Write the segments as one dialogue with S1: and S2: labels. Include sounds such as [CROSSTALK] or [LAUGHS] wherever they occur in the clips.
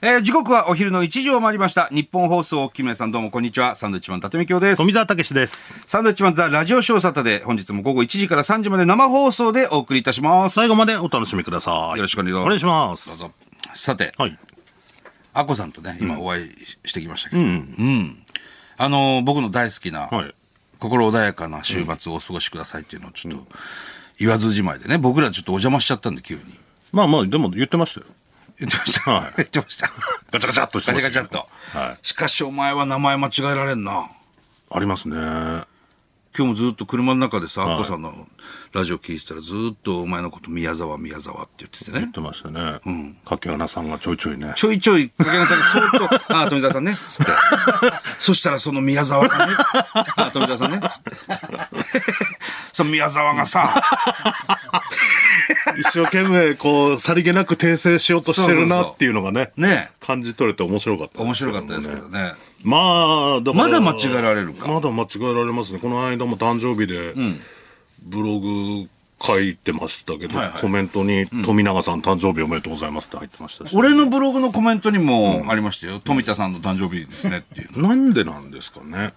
S1: えー時刻はお昼の1時を回りました。日本放送、木村さんどうもこんにちは。サンドウィッチマン、伊達美京です。
S2: 富澤たけしです。
S1: サンドウィッチマンザラジオショーサタで、本日も午後1時から3時まで生放送でお送りいたします。
S2: 最後までお楽しみください。
S1: よろしくお願いします
S2: お願いします。
S1: どうぞさて、
S2: はい。
S1: アッコさんとね、今お会いしてきましたけど、うん。あのー僕の大好きな、
S2: はい。
S1: 心穏やかな週末をお過ごしくださいっていうのをちょっと、言わずじまいでね、僕らちょっとお邪魔しちゃったんで、急に。
S2: まあまあ、でも言ってましたよ。
S1: [LAUGHS] 言ってました。
S2: はい
S1: [LAUGHS] 言ってました。
S2: ガチャガチャっとして
S1: ガ
S2: ま
S1: チャ
S2: した
S1: ガチ
S2: け
S1: ャ
S2: ど
S1: っと。
S2: はい
S1: しかしお前は名前間違えられんな。
S2: ありますね。あ
S1: 今日もずっと車の中でさ、アッコさんのラジオ聞いてたらずっとお前のこと宮沢宮沢って言ってて
S2: 言っ
S1: ね。
S2: てましたね。うん。柿花さんがちょいちょいね。
S1: ちょいちょい、影山さんがそー [LAUGHS] っと、ああ、富澤さんね、つって。そしたらその宮沢が [LAUGHS] ね、ああ、富澤さんね、つって。その宮沢がさ、
S2: [LAUGHS] 一生懸命、こう、さりげなく訂正しようとしてる
S1: そうそう
S2: な
S1: そう
S2: っていうのがね。
S1: ね
S2: 感じ取れて面白かった。
S1: 面白かったですけど。ね。
S2: まあ、だ
S1: まだ間違えられるか
S2: まだ間違えられますね。この間も誕生日で、ブログ書いてましたけど、
S1: はいはい
S2: コメントに、富永さん誕生日おめでとうございますって入ってましたし。
S1: 俺のブログのコメントにもありましたよ。富田さんの誕生日ですねっていう。
S2: なんでなんですかね。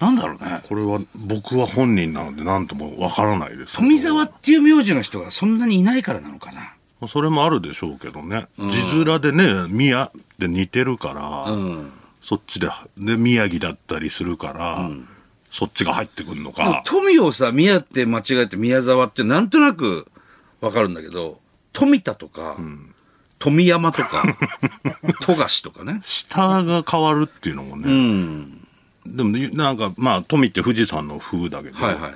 S1: なんだろうね。
S2: これは、僕は本人なので何ともわからないです。
S1: 富澤っていう名字の人がそんなにいないからなのかな。
S2: まあそれもあるでしょうけどね。字面でね、宮って似てるから、そっちで、で、宮城だったりするから、そっちが入ってくるの
S1: でも
S2: か。
S1: 富をさ、宮って間違えて宮沢ってなんとなくわかるんだけど、富田とか、富山と [LAUGHS] か、富樫とかね。
S2: 下が変わるっていうのもね。でもね、なんか、まあ、富って富士山の風だけど、
S1: はいはい。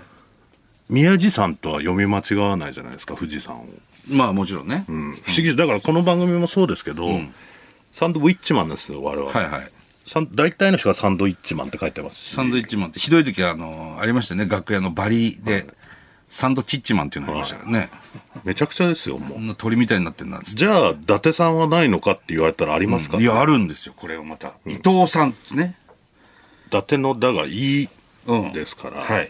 S2: 宮地山とは読み間違わないじゃないですか、富士山を。
S1: まあもちろんね。
S2: うん不思議ですだからこの番組もそうですけど、サンドウィッチマンなんですよ、我々。
S1: はいはい。
S2: サン大体の人がサンドイッチマンって書いてますし
S1: サンドイッチマンって、ひどい時はあの、ありましたよね。楽屋のバリで、サンドチッチマンっていうのありましたからね。
S2: めちゃくちゃですよ、もう
S1: こ。んな鳥みたいになってんなっつって
S2: じゃあ、伊達さんはないのかって言われたらありますか、
S1: い
S2: 伊
S1: や、あるんですよ、これをまた。伊藤さんってね。
S2: 達の「だ」が「いい」
S1: うん
S2: ですから、
S1: はい。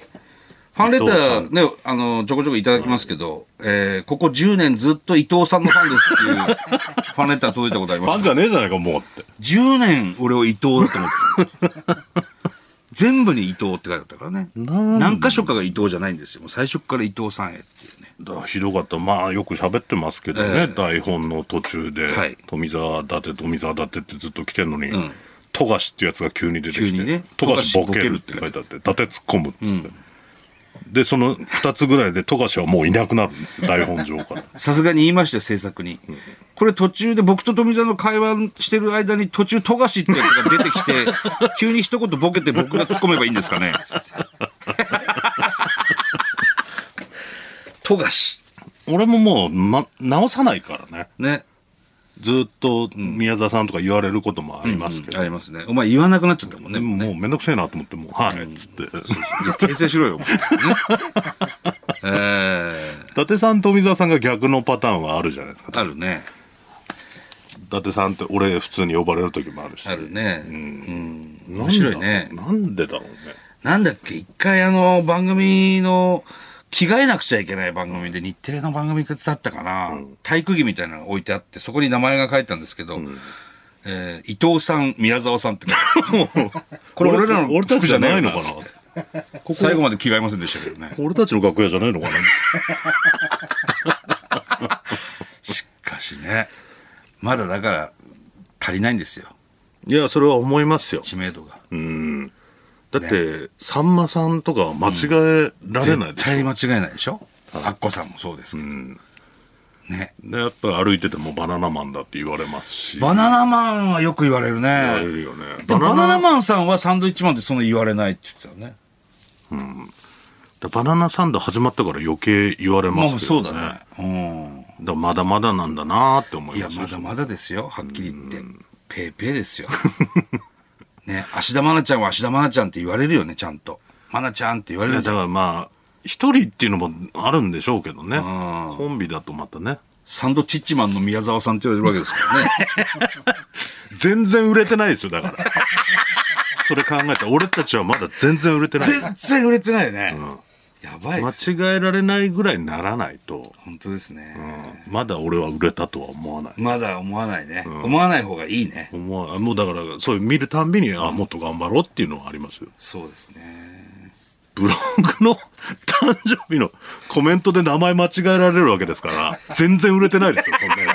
S1: ファンレターね、あの、ちょこちょこいただきますけど、えーここ10年ずっと伊藤さんのファンですっ
S2: [LAUGHS]
S1: ていうファンレター届いたことあり
S2: フ
S1: ま
S2: ァ
S1: す
S2: ン
S1: け
S2: じ
S1: ど。
S2: ゃねえじゃないか、もうって。
S1: 10年俺を伊藤だと思って
S2: [LAUGHS]
S1: た全部に伊藤って書いてあったからね。
S2: なん
S1: 何箇所かが伊藤じゃないんですよ。もう最初から伊藤さんへっていうね。
S2: だからひどかった。まあ、よく喋ってますけどね、
S1: ええ
S2: 台本の途中で、
S1: はい
S2: 富澤伊達、富澤伊達ってずっと来てるのに、富樫ってやつが急に出てき
S1: 急に
S2: て
S1: ね、
S2: 富樫、ボケる
S1: 富樫ボケる
S2: っ
S1: って
S2: て書いてあって、伊達突っ込むって言って。で、その2つぐらいで富樫はもういなくなるんですよ、台本上 [LAUGHS] から。
S1: さすがに言いましたよ、制作に。これ途中で僕と富澤の会話してる間に途中、富樫ってやつが出てきて、 [LAUGHS] 急に一言ボケて僕が突っ込めばいいんですかね。つって富樫。
S2: 俺ももう、ま、直さないからね。
S1: ね。
S2: ずっと宮沢さんとか言われることもありますけど
S1: あ。りますね。お前言わなくなっちゃったもんね。
S2: でももうめんどくせえなと思って、もう、はい、っつって。
S1: いや、訂正しろよ、お前。ね [LAUGHS] え
S2: 伊達さんと富澤さんが逆のパターンはあるじゃないですか。
S1: ー、あるね。
S2: 伊達さんって俺普通に呼ばれる時もあるし。
S1: あるね。うん。
S2: なんだ
S1: 面白いね。
S2: なんでだろうね。
S1: なんだっけ、一回あの、番組の、着替えなくちゃいけない番組で、日テレの番組だったかな、体育着みたいなのが置いてあって、そこに名前が書いてあるんですけど、えー伊藤さん、宮沢さんって書いてある [LAUGHS] これ俺らの
S2: 俺た
S1: 服じ
S2: ちじ
S1: ゃ
S2: ゃ
S1: な
S2: ない
S1: いの
S2: の
S1: か
S2: か
S1: な
S2: な。
S1: 最後まで着替えませんでしたけどね。
S2: [LAUGHS] 俺たちの楽屋じゃないのかな。
S1: しかしね、まだだから、足りないんですよ、
S2: いや、それは思いますよ。
S1: 知名度が。
S2: だって、さんまさんとかは間違えられない
S1: 絶
S2: でし
S1: 対間違いないでしょアッコさんもそうですけど。ね。
S2: ょ。で、やっぱ歩いててもバナナマンだって言われますし。
S1: バナナマンはよく言われるね。
S2: 言われるよね。
S1: でもバナナマンさんはサンドイッチマンってそんな言われないって言ってたよね。
S2: バナナサンド始まったから余計言われますけ
S1: そう
S2: どね。
S1: だ
S2: だか
S1: ね。うん。
S2: らまだまだなんだなーって思
S1: い
S2: い
S1: や、
S2: ます
S1: まだまだですよ。はっきり言って。ペーペーですよ。 [LAUGHS] ね、芦田愛菜ちゃんは芦田愛菜ちゃんって言われるよね、ちゃんと。愛菜ちゃんって言わ
S2: い
S1: れ
S2: や
S1: るじ
S2: だ
S1: ゃん
S2: からまあ一人っていうのもあるんでしょうけどねコンビだとまたね
S1: サンドチッチマンの宮沢さんって言われるわけですからね。 [LAUGHS]
S2: 全然売れてないですよだから [LAUGHS] それ考えたら俺たちはまだ全然売れてない
S1: 全然売れてないよね。やばい
S2: 間
S1: です。
S2: 違えられないぐらいにならないと、
S1: 本当です
S2: う
S1: ね。
S2: ん、まだ俺は売れたとは思わない。
S1: まだ思わないね。思わない方がいいね。
S2: 思わもうだから、そういう見るたんびに、あ、もっと頑張ろうっていうのはありますよ。
S1: そうですね。
S2: ブログの誕生日のコメントで名前間違えられるわけですから、全然売れてないですよ、そんなや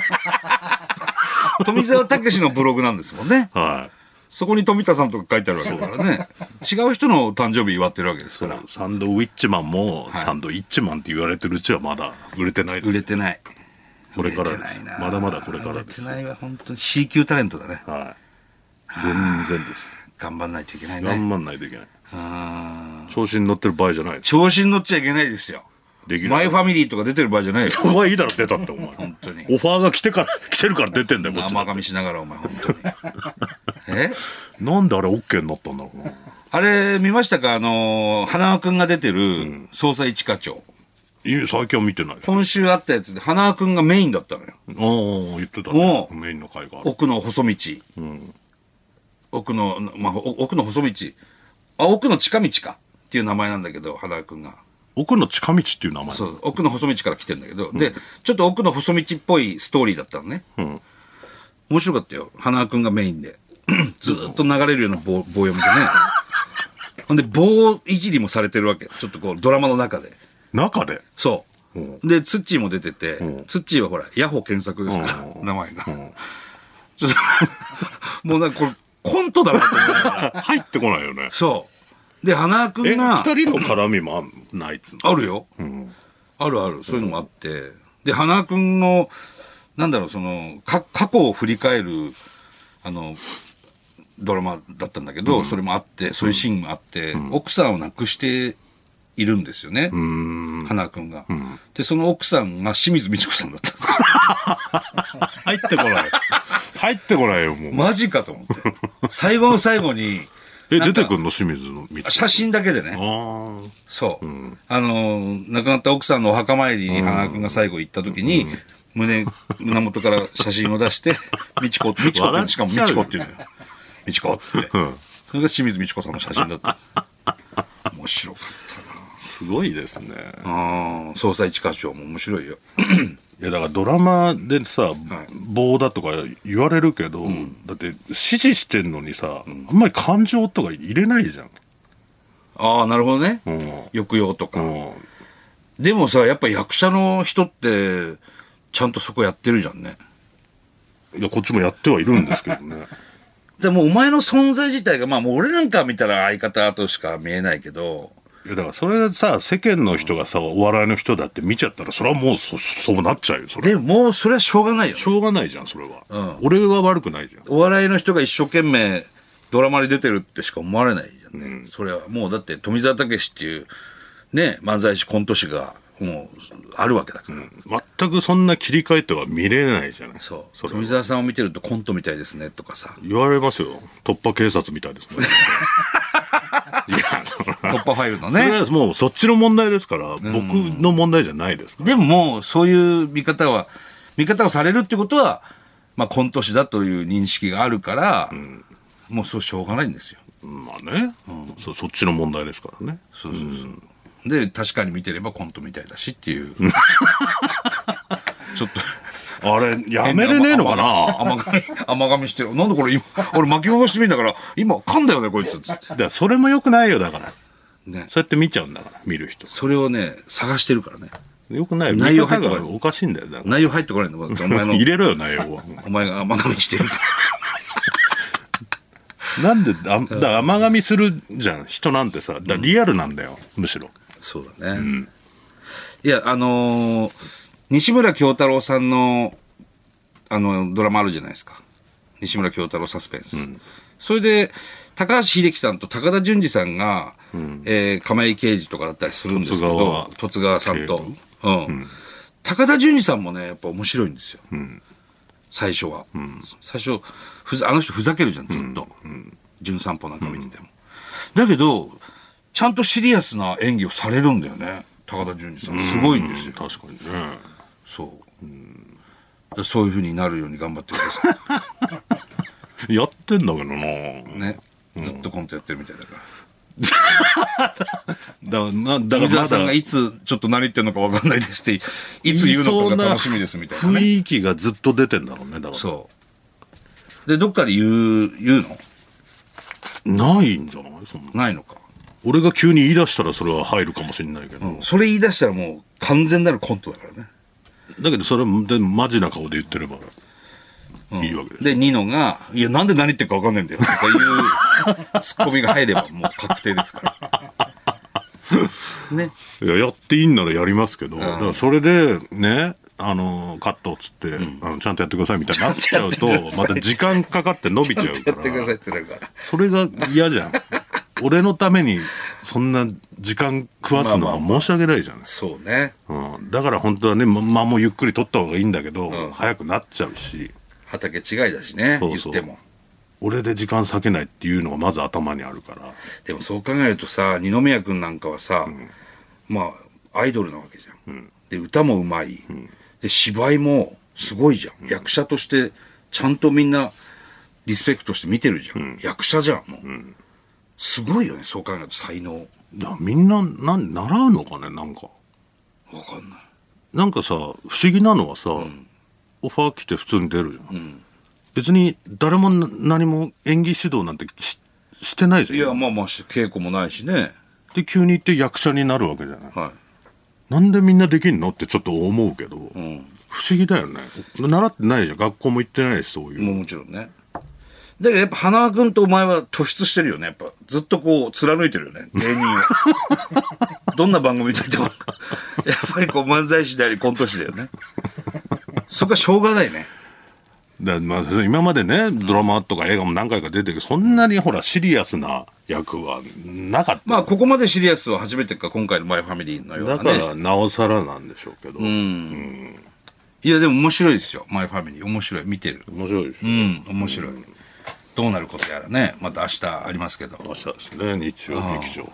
S1: [LAUGHS]
S2: つ。
S1: 富澤たけしのブログなんですもんね。
S2: はい。
S1: そこに富田さんとか書いてあるわけだからね。違う人の誕生日祝ってるわけですから。
S2: サンドウィッチマンも、サンドウィッチマンって言われてるうちはまだ売れてないです。
S1: 売れてない。
S2: これからで
S1: 売
S2: す
S1: てないな
S2: まだまだこれからです
S1: 売れてないは本当に C 級タレントだね。
S2: はい。全然です。
S1: 頑張んないといけないね。
S2: 頑張んないといけない。
S1: あー
S2: 調子に乗ってる場合じゃないです。
S1: 調子に乗っちゃいけないですよ。
S2: でき
S1: マ
S2: な
S1: イ
S2: い
S1: フ。ァミリーとか出てる場合じゃないよ。
S2: お前いいだろ、出たって、お前。
S1: 本当に。
S2: オファーが来てから、来てるから出てんだよ、こっちだ
S1: 甘
S2: って
S1: 噛みしながらお前本当に。 [LAUGHS] え
S2: なんであれ OK になったんだろうな。
S1: あれ見ましたかあのー花輪くんが出てる捜査一課長。
S2: いや最近は見てない。あ
S1: 今週あったやつで花輪くんがメインだったのよ。
S2: あ、言ってたね。
S1: おう
S2: メインの会がある。
S1: 奥の細道。
S2: うん。
S1: 奥の、まあ、お奥の細道。あ、奥の近道か。っていう名前なんだけど、花輪くんが。
S2: 奥の近道っていう名前。
S1: そう、奥の細道から来てんだけど、で、ちょっと奥の細道っぽいストーリーだったのね。
S2: うん。
S1: 面白かったよ。花輪くんがメインで。 [CLEARS THROAT] ずーっと流れるような棒棒読みでね。 [LAUGHS] ほんで、棒いじりもされてるわけ。ちょっとこう、ドラマの中で。
S2: 中で。
S1: そう。で、ツッチーも出てて、
S2: ん
S1: ツッチーはほら、ヤホー検索ですから、
S2: う
S1: 名前が。
S2: ん
S1: ちょっと、 [LAUGHS] もうなんかこれ、コントだなと思いながら。
S2: [LAUGHS] 入ってこないよね。
S1: そう。で、花輪く
S2: え、
S1: んが、
S2: 二人の絡みもあんのないっつうの
S1: あるよ。
S2: うん。
S1: あるある、そういうのもあって。で、花輪くんの、なんだろう、その、か、過去を振り返る、あの、ドラマだったんだけど、それもあって、そういうシーンもあって、奥さんを亡くしているんですよね、
S2: うーん。
S1: 花輪くんが、
S2: ん
S1: で、その奥さんが清水美智子さんだったんです。
S2: 入ってこない。 [LAUGHS] 入ってこないよ、もう。
S1: マジかと思って。最後の最後に、
S2: え、
S1: なん
S2: 出
S1: か
S2: てくんの清水の見て。
S1: 写真だけで
S2: あ
S1: ね、
S2: ー
S1: そう、
S2: ん
S1: あの、亡くなった奥さんのお墓参りに花輪くんが最後行った時に、胸、胸元から写真を出
S2: [LAUGHS]
S1: して、美智子、美智子っ、
S2: 笑ってち
S1: しか
S2: ゃう
S1: も
S2: よ
S1: 美智子っていうのよ。美智子っつって。
S2: うん。
S1: それが清水美智子さんの写真だった。面白かっ
S2: すごいですね。
S1: たなあ捜査一課長も面白いよ。
S2: いや、だからドラマでさ、棒だとか言われるけど、だって指示してんのにさ、あんまり感情とか入れないじゃん。
S1: ああ、なるほどね。
S2: うん。
S1: 抑揚とか。
S2: うん。
S1: でもさ、やっぱ役者の人って、ちゃんとそこやってるじゃんね。
S2: いや、こっちもやってはいるんですけどね。
S1: でもお前の存在自体が、まあもう俺なんか見たら相方としか見えないけど、
S2: いや、だからそれさ、世間の人がさ、お笑いの人だって見ちゃったら、それはもうそ、そうなっちゃうよ、それ。
S1: でももうそれはしょうがないよね。
S2: しょうがないじゃん、それは。
S1: うん
S2: 俺は悪くないじゃん。
S1: お笑いの人が一生懸命ドラマに出てるってしか思われないじゃんね。それはもうだって富澤たけしっていうね、漫才師コント師がもうあるわけだから。
S2: 全くそんな切り替えては見れないじゃない。
S1: そう。
S2: それは。
S1: 富澤さんを見てるとコントみたいですねとかさ
S2: 言われますよ。突破警察みたいですね。 [LAUGHS] いや、それは
S1: 突破ファイルの
S2: それ
S1: ね。
S2: はもうそっちの問題ですから、僕の問題じゃないですから。
S1: でももうそういう見方は、見方をされるってことは、まあコント師だという認識があるから、もうそうしょうがないんですよ。
S2: まあね、そ、そっちの問題ですからね。
S1: そうそうそう。で、確かに見てればコントみたいだしって
S2: [LAUGHS]
S1: いう。ちょっと。
S2: あれ、やめれねえのかな
S1: 甘噛み、甘噛みしてる。なんでこれ今、俺巻き戻してみんだから、今噛んだよね、こいつ。つって
S2: だからそれも良くないよ、だから。
S1: ね。
S2: そうやって見ちゃうんだから、見る人。
S1: それをね、探してるからね。
S2: よくないよ。
S1: 内
S2: 見
S1: 容入
S2: 方
S1: ってこない
S2: がおかしいんだよ、だから。
S1: 内容入ってこないのだってお前の
S2: 入、れろよ、内
S1: [LAUGHS]
S2: 容は。
S1: お前が甘噛みしてるから。
S2: なんで、あだから甘噛みするじゃん、人なんてさ。だからリアルなんだよ、むしろ。
S1: そうだね。いや、あのー西村京太郎さんの、あの、ドラマあるじゃないですか。西村京太郎サスペンス。それで、高橋秀樹さんと高田純次さんが、えー亀井刑事とかだったりするんですけ
S2: 十津川
S1: ど、十津川さんと。うん。高田純次さんもね、やっぱ面白いんですよ。最初は。最初ふざ、あの人ふざけるじゃん、ずっと。純散歩なんか見てても。だけど、ちゃんとシリアスな演技をされるんだよね。高田純次さん。すごいんですよ。
S2: 確かにね。
S1: そう。だそういう風になるように頑張ってくださ。
S2: やってんだけどない
S1: ね。ずっとコントやってるみたいだから。
S2: だなだから
S1: 水
S2: ま
S1: 田さん
S2: だ
S1: がいつちょっと何言ってるのか分かんないですって、いつ言うのかが楽しみですみたいなね。
S2: 雰囲気がずっと出てんだろうねだから
S1: そう。で、どっかで言う、言うの
S2: ないんじゃないそんな
S1: ないのか。
S2: 俺が急に言い出したらそれは入るかもしれないけど、
S1: それ言い出したらもう完全なるコントだからね。
S2: だけどそれはでマジな顔で言ってればいいわけでしょ、
S1: で、ニノが、いや、なんで何言ってるか分かんないんだよ。とかいうツッコミが入ればもう確定ですから。ね。
S2: いややっていいんならやりますけど、だからそれでねあのカットっつって、あのちゃんとやってくださいみたいになっちゃうと
S1: ちゃんとやってくださ
S2: ま
S1: い
S2: た時間かかって伸びちゃう
S1: や
S2: か
S1: ってくだ
S2: ら
S1: さいってなるから。
S2: それが嫌じゃん俺のためにそんな時間食わすのは申し訳ないじゃない
S1: そうね。
S2: うん、だから本当はね、ま、間もゆっくり取った方がいいんだけど、早くなっちゃうし、
S1: 畑違いだしね、
S2: そうそう
S1: 言っても。
S2: 俺で時間割けないっていうのがまず頭にあるから、
S1: でもそう考えるとさ、二宮君なんかはさ、まあ、アイドルなわけじゃん。で、歌もうまい、で、芝居もすごいじゃん。役者として、ちゃんとみんな、リスペクトして見てるじゃん。役者じゃん、もう、すごいよね、そう考えると才能。わ
S2: だからみんななん、習うのかね、なんか。
S1: かんない。
S2: なんかさ、不思議なのはさ、オファー来て普通に出るじゃん。別に誰もな何も演技指導なんてししてないじゃん。
S1: いや、まあまあ、し稽古もないしね。
S2: で、急に行って役者になるわけじゃない。
S1: は
S2: なんでみんなできんのってちょっと思うけど、
S1: い。うん。
S2: 不思議だよね。習ってないじゃん。学校も行ってないし、そういう。
S1: もうもちろんね。だけどやっぱ花輪君とお前は突出してるよね。やっぱずっとこう貫いてるよね。芸人を。 [LAUGHS] どんな番組といっても。やっ [LAUGHS] ぱりこう漫才師でありコント師だよね。そこはしょうがないね。
S2: だまあ、今までねドラマとか映画も何回か出てるけどそんなにほらシリアスな役はなかった、
S1: まあここまでシリアスは初めてか、今回のマイファミリーのような
S2: だ
S1: ね。
S2: からなおさらなんでしょうけど、
S1: いやでも面白いですよ。マイファミリー。面白い。見てる。
S2: 面白いです
S1: う
S2: ね、
S1: ん、面白い。どうなることやらね。また明日ありますけど。
S2: 明日ですね日曜劇場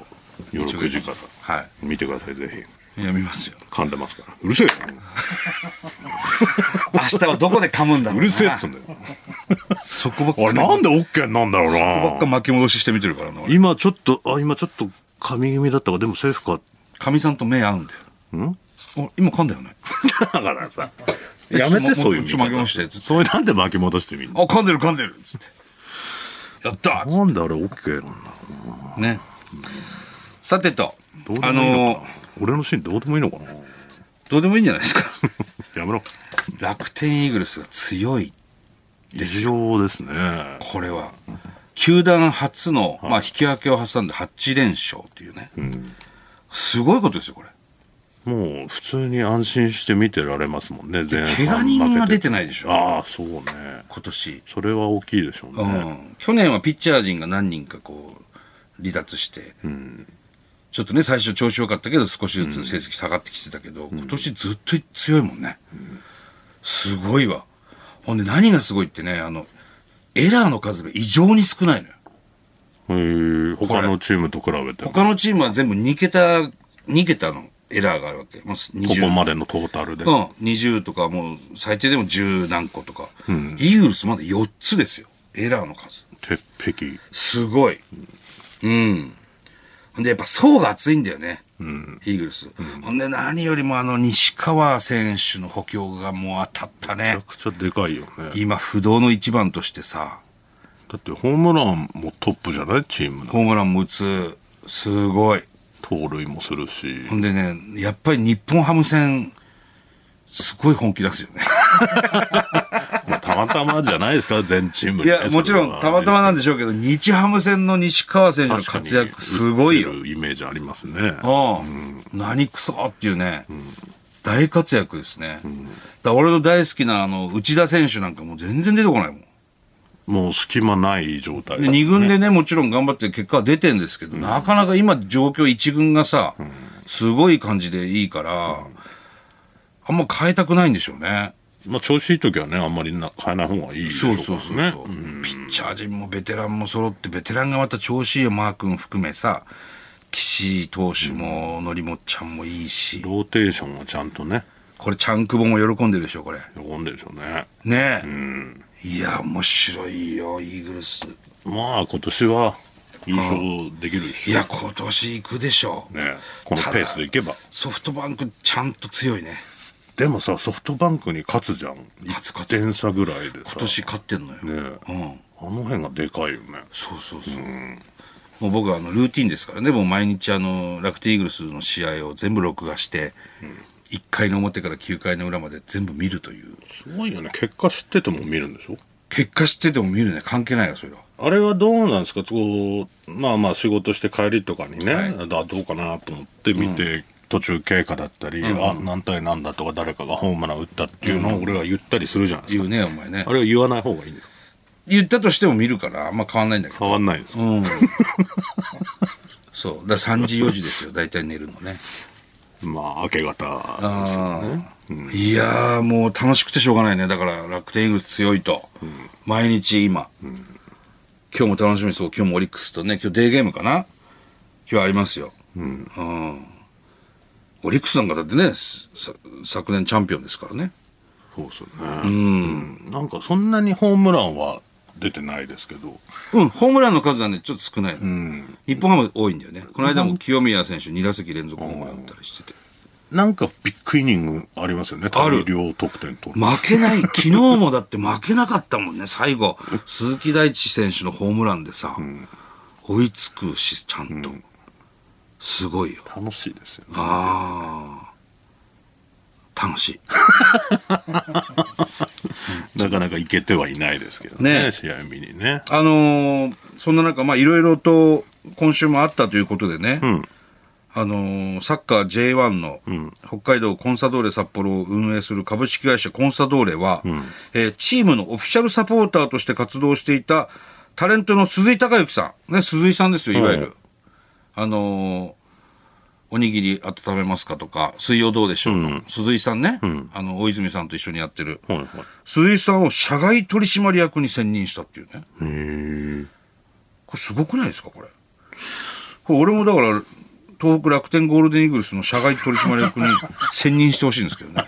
S2: 夜9時から
S1: は
S2: 見てくださいぜ
S1: い。いや、見ますよ。
S2: ひ噛んでますからうるせえ
S1: 明日はどこで噛むんだろ
S2: う
S1: うな
S2: るせえっつうんだよ
S1: そこばっか
S2: あれなんで OK なんだろう
S1: ばっか
S2: な
S1: 巻き戻しして見てるからな。俺
S2: 今ちょっとあ今ちょっと噛み気味だったかでもセーフか
S1: かみさんと目合うんだ
S2: ん
S1: よ。あ今噛んだよね。
S2: だからさやめてそういう
S1: ちょっと巻き戻してつって
S2: そういうなんで巻き戻してみん
S1: あ、
S2: な
S1: 噛んでる噛んでるっつって。やったっつっ
S2: なんであれ OK なんだろう
S1: てね。さてと
S2: どう、で
S1: あ
S2: もいいのか
S1: の
S2: な、俺のシーンどうでもいいのかな
S1: どうでもいいんじゃないですか。 [LAUGHS]
S2: やめろ。
S1: 楽天イーグルスが強い。
S2: 異常ですね。
S1: これは。球団初の、まあ、引き分けを挟んで8連勝というね。すごいことですよ、これ。
S2: もう普通に安心して見てられますもんね、前半負け
S1: 怪我人が出てないでしょ
S2: ああ、そうね。
S1: 今年。
S2: それは大きいでしょう
S1: う
S2: ね。
S1: ん去年はピッチャー陣が何人かこう離脱して、ちょっとね最初調子良かったけど少しずつ成績下がってきてたけど、今年ずっと強いもんね、すごいわほんで何がすごいってねあのエラーの数が異常に少ないのよ
S2: へえ他のチームと比べても、こ
S1: 他のチームは全部2桁2桁のエラーがあるわけもう
S2: こ
S1: 20
S2: までのトータルで。
S1: うん、20とかもう最低でも10何個とか、イーグルスまだ4つですよエラーの数
S2: 鉄壁。
S1: すごい。うん。ほんで、やっぱ層が厚いんだよね。イーグルス。ほんで、何よりもあの、西川選手の補強がもう当たった
S2: めち
S1: ね
S2: ゃ。くちゃでかいよね。
S1: 今、不動の一番としてさ、
S2: だってホームランもトップじゃないチームの。
S1: ホームランも打つ。すごい。
S2: 盗塁もするし。
S1: ほんでね、やっぱり日本ハム戦、すごい本気出すよね。 [LAUGHS]
S2: まあたまたまじゃないですか、全チーム
S1: い
S2: にね、
S1: や、もちろん、たまたまなんでしょうけど、日ハム戦の西川選手の活躍、すごいよ
S2: よ。。イメージありますね。
S1: ああ、何くそっていうね、大活躍ですね。だから俺の大好きなあの内田選手なんかもう全然出てこないもん。
S2: もう隙間ない状態
S1: で2軍でね、もちろん頑張って結果は出てんですけど、なかなか今状況1軍がさ、すごい感じでいいから、あんま変えたくないんでしょうね。
S2: まあ、調子いい時はねあんまりな変えない方がいいでしょ
S1: そうう
S2: からね
S1: そうそうそう、ピッチャー陣もベテランも揃って、ベテランがまた調子いいよ、マー君含めさ、岸投手も、則本ちゃんもいいし、
S2: ローテーションはちゃんとね
S1: これ、ちゃんくぼも喜んでるでしょ、これ。
S2: 喜んでるでしょうね
S1: ねえ、いや面白いよイーグルス
S2: まあ今年は優勝できるでしょ
S1: いや、今年行くでしょう。
S2: ね、このペースでいけば
S1: ソフトバンクちゃんと強いね。
S2: でもさソフトバンクに勝つじゃん
S1: 勝つ勝
S2: 1
S1: つ
S2: 点差ぐらいでさ
S1: 今年勝ってんのよ。
S2: ねえ
S1: うん。
S2: あの辺がでかいよね
S1: そうそうそう。もう僕はあのルーティンですからね、もう毎日あの、楽天イーグルスの試合を全部録画して、1回の表から9回の裏まで全部見るという。
S2: すごいよね結果知ってても見るんでしょ
S1: 結果知ってても見るね、関係ないわ、それは。
S2: あれはどうなんですかこうまあまあ仕事して帰りとかにね、
S1: はい
S2: あどうかなと思って見て、途中経過だったり、あ何対何だとか誰かがホームラン打ったっていうのを俺は言ったりするじゃないですか、
S1: 言うね、お前ね
S2: あ。れは言わない方がいいんですか
S1: 言ったとしても見るから、あんま変わんないんだけど。
S2: 変わんないですか、 [LAUGHS]
S1: うん。そう。だから3時、4時ですよ、大体寝るのね。
S2: まあ明け方
S1: あーいやーもう楽しくてしょうがないねだから楽天イーグルス強いと、毎日今、今日も楽しみです今日もオリックスとね今日デーゲームかな今日ありますよ、うんオリックスなんかだってねすさ昨年チャンピオンですからね
S2: そうですよねうんなんかそんなにホームランは出てないですけど
S1: うんホームランの数はねちょっと少ないの、
S2: うん
S1: 日本ハム多いんだよねこの間も清宮選手2打席連続ホームラン打ったりしてて、
S2: なんかビッグイニングありますよね。
S1: ある
S2: 大量得点と。
S1: 負けない、昨日もだって負けなかったもんね、最後、鈴木大地選手のホームランでさ、追いつくし、ちゃんと。すごいよ。
S2: 楽しいですよね。
S1: ああ。楽しい。
S2: なかなかいけてはいないですけどね。
S1: ね
S2: 試合見にね。
S1: あのーそんな中、まあ、いろいろと今週もあったということでね、
S2: ん
S1: あのーサッカー J1 の北海道コンサドーレ札幌を運営する株式会社コンサドーレは、えーチームのオフィシャルサポーターとして活動していたタレントの鈴井孝之さん、ね、鈴井さんですよ、いわゆる。
S2: うん
S1: あのーおにぎり温めますかとか、水曜どうでしょう、
S2: うん
S1: 鈴井さんね、あの、大泉さんと一緒にやってる。
S2: はいはい。
S1: 鈴井さんを社外取締役に選任したっていうね。
S2: へー
S1: これすごくないですかこれ。これ俺もだから、東北楽天ゴールデンイーグルスの社外取締役に選任してほしいんですけどね。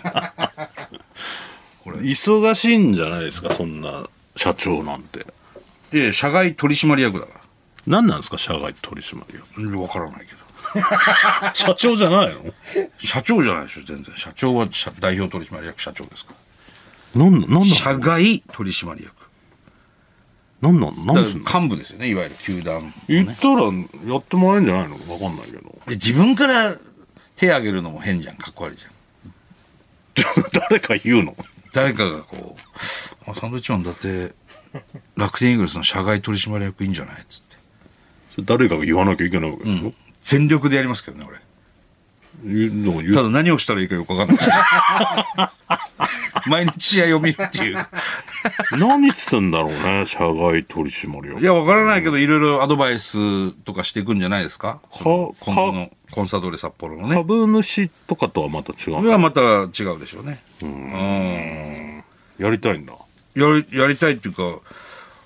S2: 忙しいんじゃないですか、そんな社長なんて。
S1: で、社外取締役だか
S2: 何なんですか、社外取締役。 [LAUGHS]
S1: ら。うんわからないけど。
S2: 社長じゃないの
S1: 社長じゃないでしょ、全然。社長は社代表取締役社長ですから。
S2: なんな、なん
S1: 社
S2: な、
S1: 外取締役。
S2: なんなん、なん
S1: だ
S2: すんの
S1: から幹部ですよね、いわゆる球団。
S2: 言ったらやってもらえんじゃないのわかんないけ [LAUGHS] ど。
S1: で自分から手挙げるのも変じゃん、かっこ悪いじゃん。
S2: 誰か言うの
S1: 誰かがこう、あサンドウィッチマンだって、楽天イーグルスの社外取締役いいんじゃないっつって。
S2: それ誰かが言わなきゃいけないわけでしょ、
S1: 全力でやりますけどね、俺。
S2: 言うの言う
S1: ただ何をしたらいいかよくわかんない。毎日試合を見るっていう。
S2: 何してんだろうね、社外取締役
S1: い。や、わからないけど、いろいろアドバイスとかしていくんじゃないですか
S2: か
S1: この
S2: か
S1: 今後のコンサドーレ札幌のね。
S2: 株主とかとはまた違う
S1: そ
S2: の
S1: れはまた違うでしょうね。
S2: やりたいんだ
S1: やり、やりたいっていうか、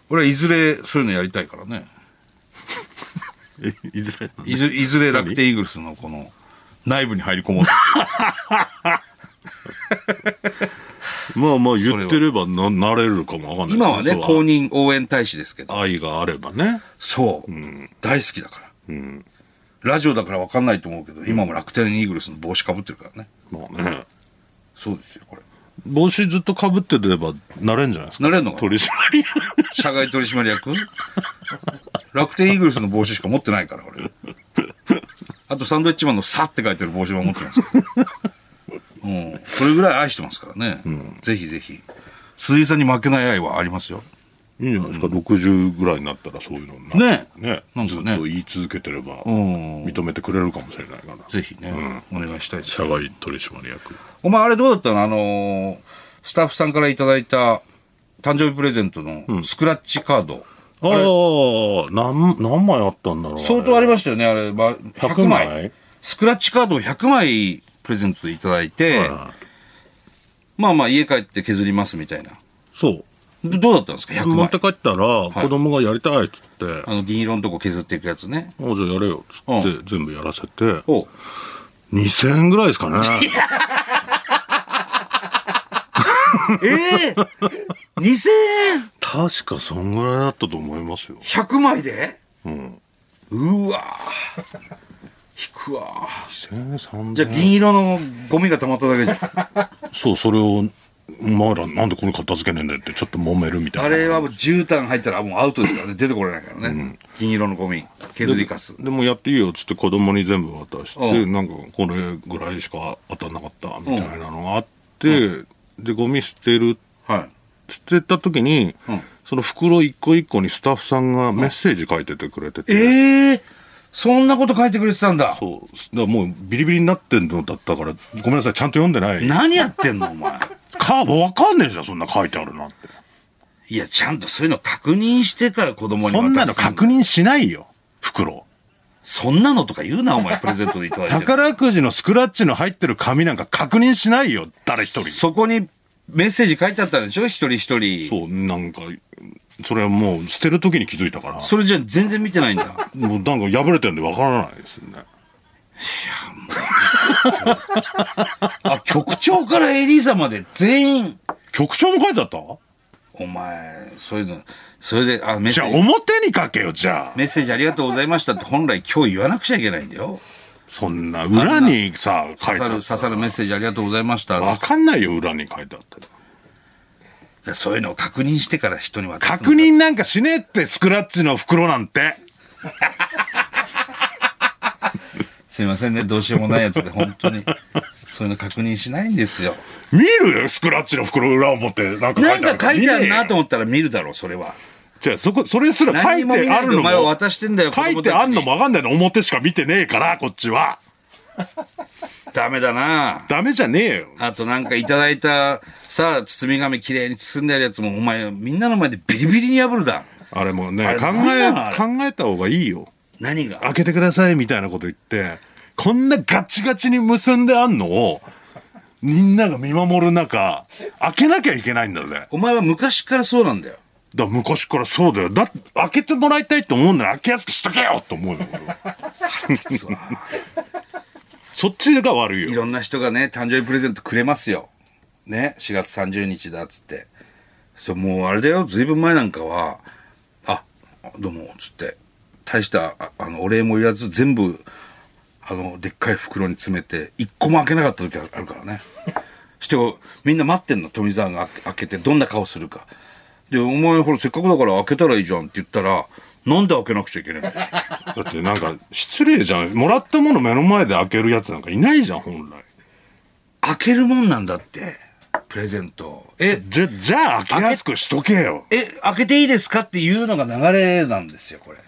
S1: 俺はいずれそういうのやりたいからね。
S2: えいずれ
S1: いずいずれ楽天イーグルスのこの内部に入り込もうと。
S2: まあまあ言ってればななれるかもわかんな
S1: 今
S2: い
S1: はね、
S2: そ
S1: 公
S2: う
S1: 認応援大使ですけど。
S2: 愛があればね
S1: そう。大好きだから。
S2: ん
S1: ラジオだからわかんないと思うけど、今も楽天イーグルスの帽子かぶってるからね。
S2: まあね
S1: そうですよ、これ。
S2: 帽子ずっとかぶってればなれんじゃないですか
S1: なれるのかな
S2: 取締役
S1: 社外取締役楽天イーグルスの帽子しか持ってないから、俺。あと、サンドウィッチマンのサって書いてる帽子も持ってますから。うん。それぐらい愛してますからね。ぜひぜひ。鈴井さんに負けない愛はありますよ。
S2: いいんじゃないですか、60ぐらいになったらそういうのになる
S1: ね
S2: ね
S1: なんか
S2: ずっ
S1: ね
S2: と言い続けてれば
S1: うん。
S2: 認めてくれるかもしれないから
S1: ぜひね、お願いしたいです
S2: 社。外取締役
S1: お前、あれどうだったのあのースタッフさんからいただいた誕生日プレゼントのスクラッチカード。
S2: ああ何何枚あったんだろうあれ
S1: 相当ありましたよね、あれ。まあ100
S2: 100
S1: 枚。
S2: 枚
S1: スクラッチカードを100枚プレゼントいただいて、
S2: うん
S1: まあまあ家帰って削りますみたいな。
S2: そう
S1: どどうだったんですか ?100
S2: 持っ
S1: 枚
S2: て。帰ったら子供がやりたいっつって、
S1: あの銀色のとこ削っていくやつね。
S2: あじゃあやれよっつって、全部やらせて
S1: おう
S2: 2000円ぐら
S1: [LAUGHS]
S2: いですかね
S1: ええ !2000 円
S2: 確かそんぐらいだったと思いますよ
S1: !100 枚で
S2: うん
S1: うわー引くわー
S2: 1000円3000円
S1: じゃあ銀色のゴミが溜まっただけじゃん
S2: そうそれをお前らなんでこれ片付けねえんだよってちょっと揉めるみたいな
S1: あれはもう絨毯入ったらもうアウトですからね出てこれないからね、銀色のゴミ削りかす
S2: でもやっていいよっつって子供に全部渡して、
S1: うん
S2: なんかこれぐらいしか当たんなかったみたいなのがあって、でゴミ捨てる
S1: はい
S2: 捨てた時に、
S1: うん
S2: その袋一個一個にスタッフさんがメッセージ書いててくれてて、
S1: ええー、そんなこと書いてくれてたんだ
S2: そうだからもうビリビリになってんのだったからごめんなさいちゃんと読んでない
S1: 何やってんのお前
S2: かわかんねえじゃんそんな書いてあるなんて
S1: いやちゃんとそういうの確認してから子供に渡す
S2: そんなの確認しないよ袋
S1: そんなのとか言うなお前プレゼントでいただいて
S2: [LAUGHS]
S1: る
S2: 宝くじのスクラッチの入ってる紙なんか確認しないよ誰一人
S1: そこにメッセージ書いてあったんでしょ一人一人
S2: そうなんかそれはもう捨てる時に気づいたから
S1: それじゃ全然見てないん
S2: [LAUGHS]
S1: だ
S2: もうなんか破れてるんでわからないですよね
S1: あ局長からエリーザまで全員
S2: 局長も書いてあった
S1: お前そういうのそれであメッ
S2: じ
S1: セ
S2: ゃあ
S1: ージ
S2: 表に書けよじゃあ
S1: メッセージありがとうございましたって本来今日言わなくちゃいけないんだよ
S2: そんな裏にさ書
S1: 刺
S2: いて
S1: さる
S2: あっ
S1: 刺
S2: た
S1: さるメッセージありがとうございました
S2: わかんないよ裏に書いてあったら
S1: じゃあそういうのを確認してから人に渡すんだ
S2: 確認なんかしねえってスクラッチの袋なんて
S1: すいませんねどうしようもないやつで本当にそういうの確認しないんですよ
S2: 見るよスクラッチの袋裏表なんか書いてあ
S1: な
S2: る
S1: んか書いてあるなと
S2: 思
S1: 思ったら見るだろうそれは
S2: じゃあそこそれすら書
S1: 何
S2: い
S1: も見
S2: て
S1: な
S2: あ
S1: い
S2: る
S1: で
S2: の
S1: お前は
S2: も
S1: 渡してんだよ
S2: 書いてあんのもわかんないの表しか見てねえからこっちは
S1: ダメだな
S2: ダメじゃねえよ
S1: あとなんかいただいたさあ包み紙きれいに包んであるやつもお前みんなの前でビリビリに破るだ
S2: あれも
S1: あ
S2: ね
S1: れ
S2: 考
S1: なんな
S2: え
S1: の
S2: 考えた方がいいよ
S1: 何が
S2: 開けてくださいみたいなこと言ってこんなガチガチに結んであんのをみんなが見守る中開けなきゃいけないんだぜ
S1: お前は昔からそうなんだよ
S2: だから昔からそうだよだって開けてもらいたいと思うなら開けやすくしとけよと思うよ俺は
S1: 実は
S2: そっちが悪い
S1: い
S2: よ
S1: ろんな人がね誕生日プレゼントくれますよね4月30日だっつってそうもうあれだよずいぶん前なんかは「あどうも」っつって大したああのお礼も言わず全部あのでっかい袋に詰めて一個も開けなかった時あるからね [LAUGHS] してみんな待ってんの富澤が開けてどんな顔するかで「お前ほらせっかくだから開けたらいいじゃん」って言ったら「なん [LAUGHS] で開けなくちゃいけないんだよ
S2: だってなんか失礼じゃんもらったもの目の前で開けるやつなんかいないじゃん本来
S1: 開けるもんなんだってプレゼントえ
S2: じゃじゃあ開けやすくしとけよ
S1: え、開けていいですかっていうのが流れなんですよ、これ。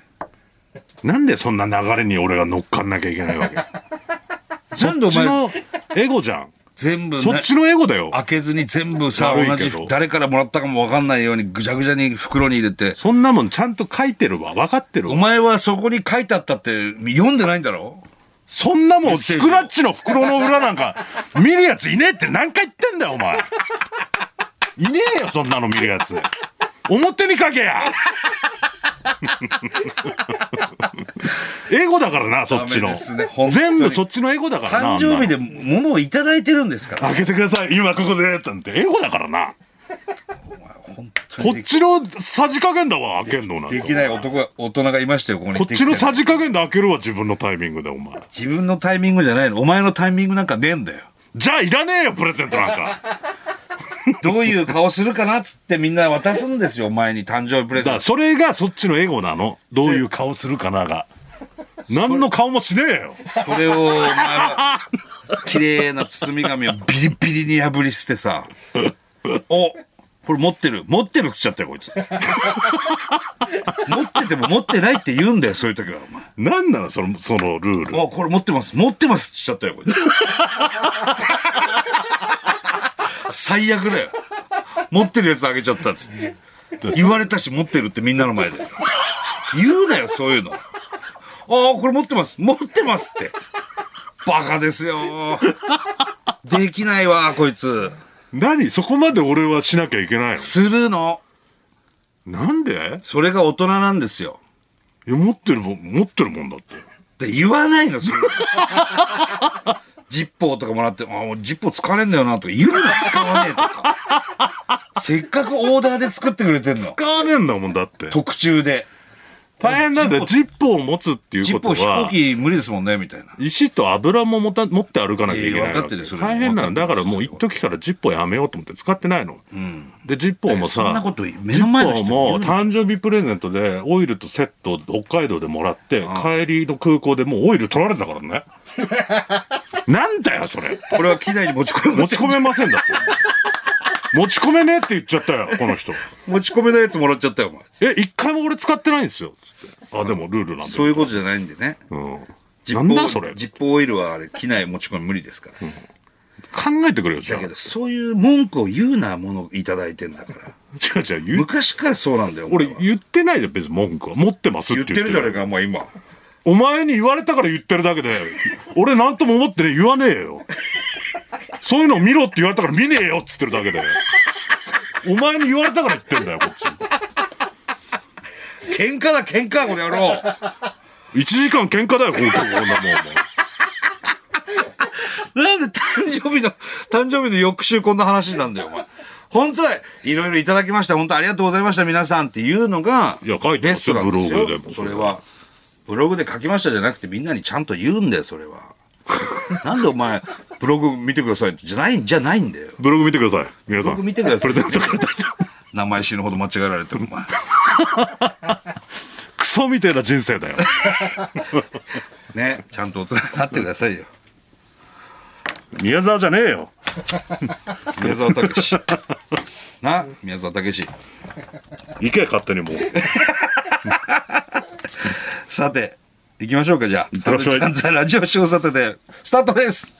S2: なんでそんな流れに俺が乗っかんなきゃいけないわけ
S1: なんで
S2: そ
S1: お
S2: っち
S1: 前、
S2: のエゴじゃん
S1: 全部ね、
S2: そっちのエゴだよ
S1: 開けずに全部さ、
S2: 悪
S1: 同
S2: いけ
S1: じ
S2: ど、
S1: 誰からもらったかもわかんないように、ぐちゃぐちゃに袋に入れて、
S2: そんなもんちゃんと書いてるわ分かってる
S1: お
S2: わ
S1: 前はそこに書いてあったって、読んでないんだろ
S2: そんな
S1: メ
S2: も
S1: ッ
S2: ん
S1: セー
S2: ス
S1: ジを
S2: クラッチの袋の裏なんか見るやついねえって何回言ってんだよお前いねえよそんなの見るやつ表に書けやエゴだからなそっち
S1: ダ
S2: の、
S1: メですね本当に
S2: 全部そっちのエゴだからな
S1: 誕生日
S2: あんなの
S1: で物をいただいてるんですから。
S2: 開けてください今ここでなんてエゴだからな
S1: 本当
S2: こ
S1: に
S2: っ
S1: でき
S2: ちのさじ加減だわ開けんのなん
S1: で
S2: て
S1: きない男が、大人がいましたよ、ここに。
S2: こっちのさ
S1: でき
S2: じ加減で開けるわ自分のタイミングでお前
S1: た自分のタイミングじゃないの。お前のタイミングなんかねえんだよ。
S2: じゃあいらねえよプレゼントなんか
S1: どういう顔するかなっつってみんな渡すんですよ、お前に誕生日プレゼ
S2: だか
S1: ン
S2: ら
S1: ト。
S2: それがそっちのエゴなのどういう顔するかなが何の顔もしねえよ
S1: それを、お前は、綺麗な包み紙をビリビリに破り捨てさ、おこれ持ってる。持ってるっつっちゃったよ、こいつ。持ってても持ってないって言うんだよ、そういう時は、お前。
S2: 何なのそのそのルール
S1: おこれ持ってます。持ってますっつっちゃったよ、こいつ。最悪だよ。持ってるやつあげちゃったっつって。言われたし、持ってるってみんなの前で。言うなよ、そういうの。ああ、これ持ってます。持ってますって。バカですよ。できないわ、こいつ。
S2: 何そこまで俺はしなきゃいけない
S1: するの。
S2: のなんで
S1: それが大人なんですよ。
S2: いや持ってるもん持ってるもんだって
S1: で言わないの、それ。ジッポーとかもらって、あ、もうジッポー使わねえんだよな、とか言うな、使わねえとか。せっかくオーダーで作ってくれてんの。
S2: 使わねえんだもんだって
S1: 特注で。
S2: 大変なんだよ。ジッポーを持つってい
S1: ジ
S2: う
S1: ッ
S2: こ
S1: ポ
S2: と
S1: ー飛行
S2: は、
S1: 機無理ですもんね、みたいな。
S2: 石と油も持た持って歩かなきゃいけ
S1: いやいや
S2: ない
S1: 分か
S2: わ
S1: って
S2: け
S1: るそれ
S2: 大変な
S1: 分
S2: の。
S1: かってる
S2: だからもう一時からジッポーやめようと思って使ってないの。で、ジッポーもさ、
S1: そんなこと目の前の人に言う
S2: ジッポ
S1: の
S2: ーも誕生日プレゼントでオイルとセットを北海道でもらって、帰りの空港でもうオイル取られたか
S1: [LAUGHS]
S2: らね。なんだよ、それ。
S1: これは機内に持ち込め
S2: 持
S1: ま
S2: ち
S1: せん
S2: 込めませんだって。持ち込めねえって言っちゃったよ、この人。
S1: 持ち込めないやつもらっちゃったよ、お前。
S2: え、一回も俺使ってないんですよ。つってあ、でもルールなんで。
S1: そういうことじゃないんでね。
S2: うん。
S1: ジッ
S2: な
S1: ポ
S2: ん
S1: ー
S2: だそれ。
S1: ジッポーオイルはあれ、機内持ち込み無理ですから。
S2: 考えてくれよ、じゃ
S1: だ
S2: あ。
S1: けど、そういう文句を言うなものをいただいてんだから。
S2: 違う違う、言う
S1: 昔からそうなんだよ、
S2: 俺
S1: は
S2: 言ってないよ、別に文句は。持ってますっ
S1: 言
S2: て
S1: って
S2: 言
S1: るじゃねえ
S2: か。
S1: か、お前今。
S2: お前に言われたから言ってるだけで、俺なんとも思ってねえ、言わねえよ。そういうのを見ろって言われたから見ねえよっつってるだけで。お前に言われたから言ってんだよ、こっち。
S1: 喧嘩だ、喧嘩、この野郎。
S2: 1時間喧嘩だよ、こういうとここんなもん。も
S1: なんで誕生日の、 [LAUGHS] 誕生日の翌週こんな話なんだよ、お前。本当はいろいろいただきました。本当ありがとうございました、皆さんっていうのが、
S2: いや書いて
S1: ベ
S2: ま
S1: ス
S2: す
S1: トな
S2: よ
S1: んですよ。
S2: ブログでも
S1: それは。ブログで書きましたじゃなくてみんなにちゃんと言うんだよ、それは。 [LAUGHS] なんでお前、ブログ見てくださいってじゃない、じゃないんだよ。
S2: うブログ見てください、皆さん。
S1: ブログ見てください
S2: プレゼントから出した。
S1: 名前死ぬほど間違えられてる、お前。
S2: クソみたいな人生だよ。
S1: ね、ちゃんと大人になってくださいよ。
S2: 宮沢じゃねえよ。
S1: 宮沢武
S2: [LAUGHS]
S1: 志。な、宮沢武志。
S2: 行け、勝手にもう。
S1: さて、行きましょうか、じゃあ。
S2: ってらっしゃい
S1: 散々ラジオショーサタで、スタートです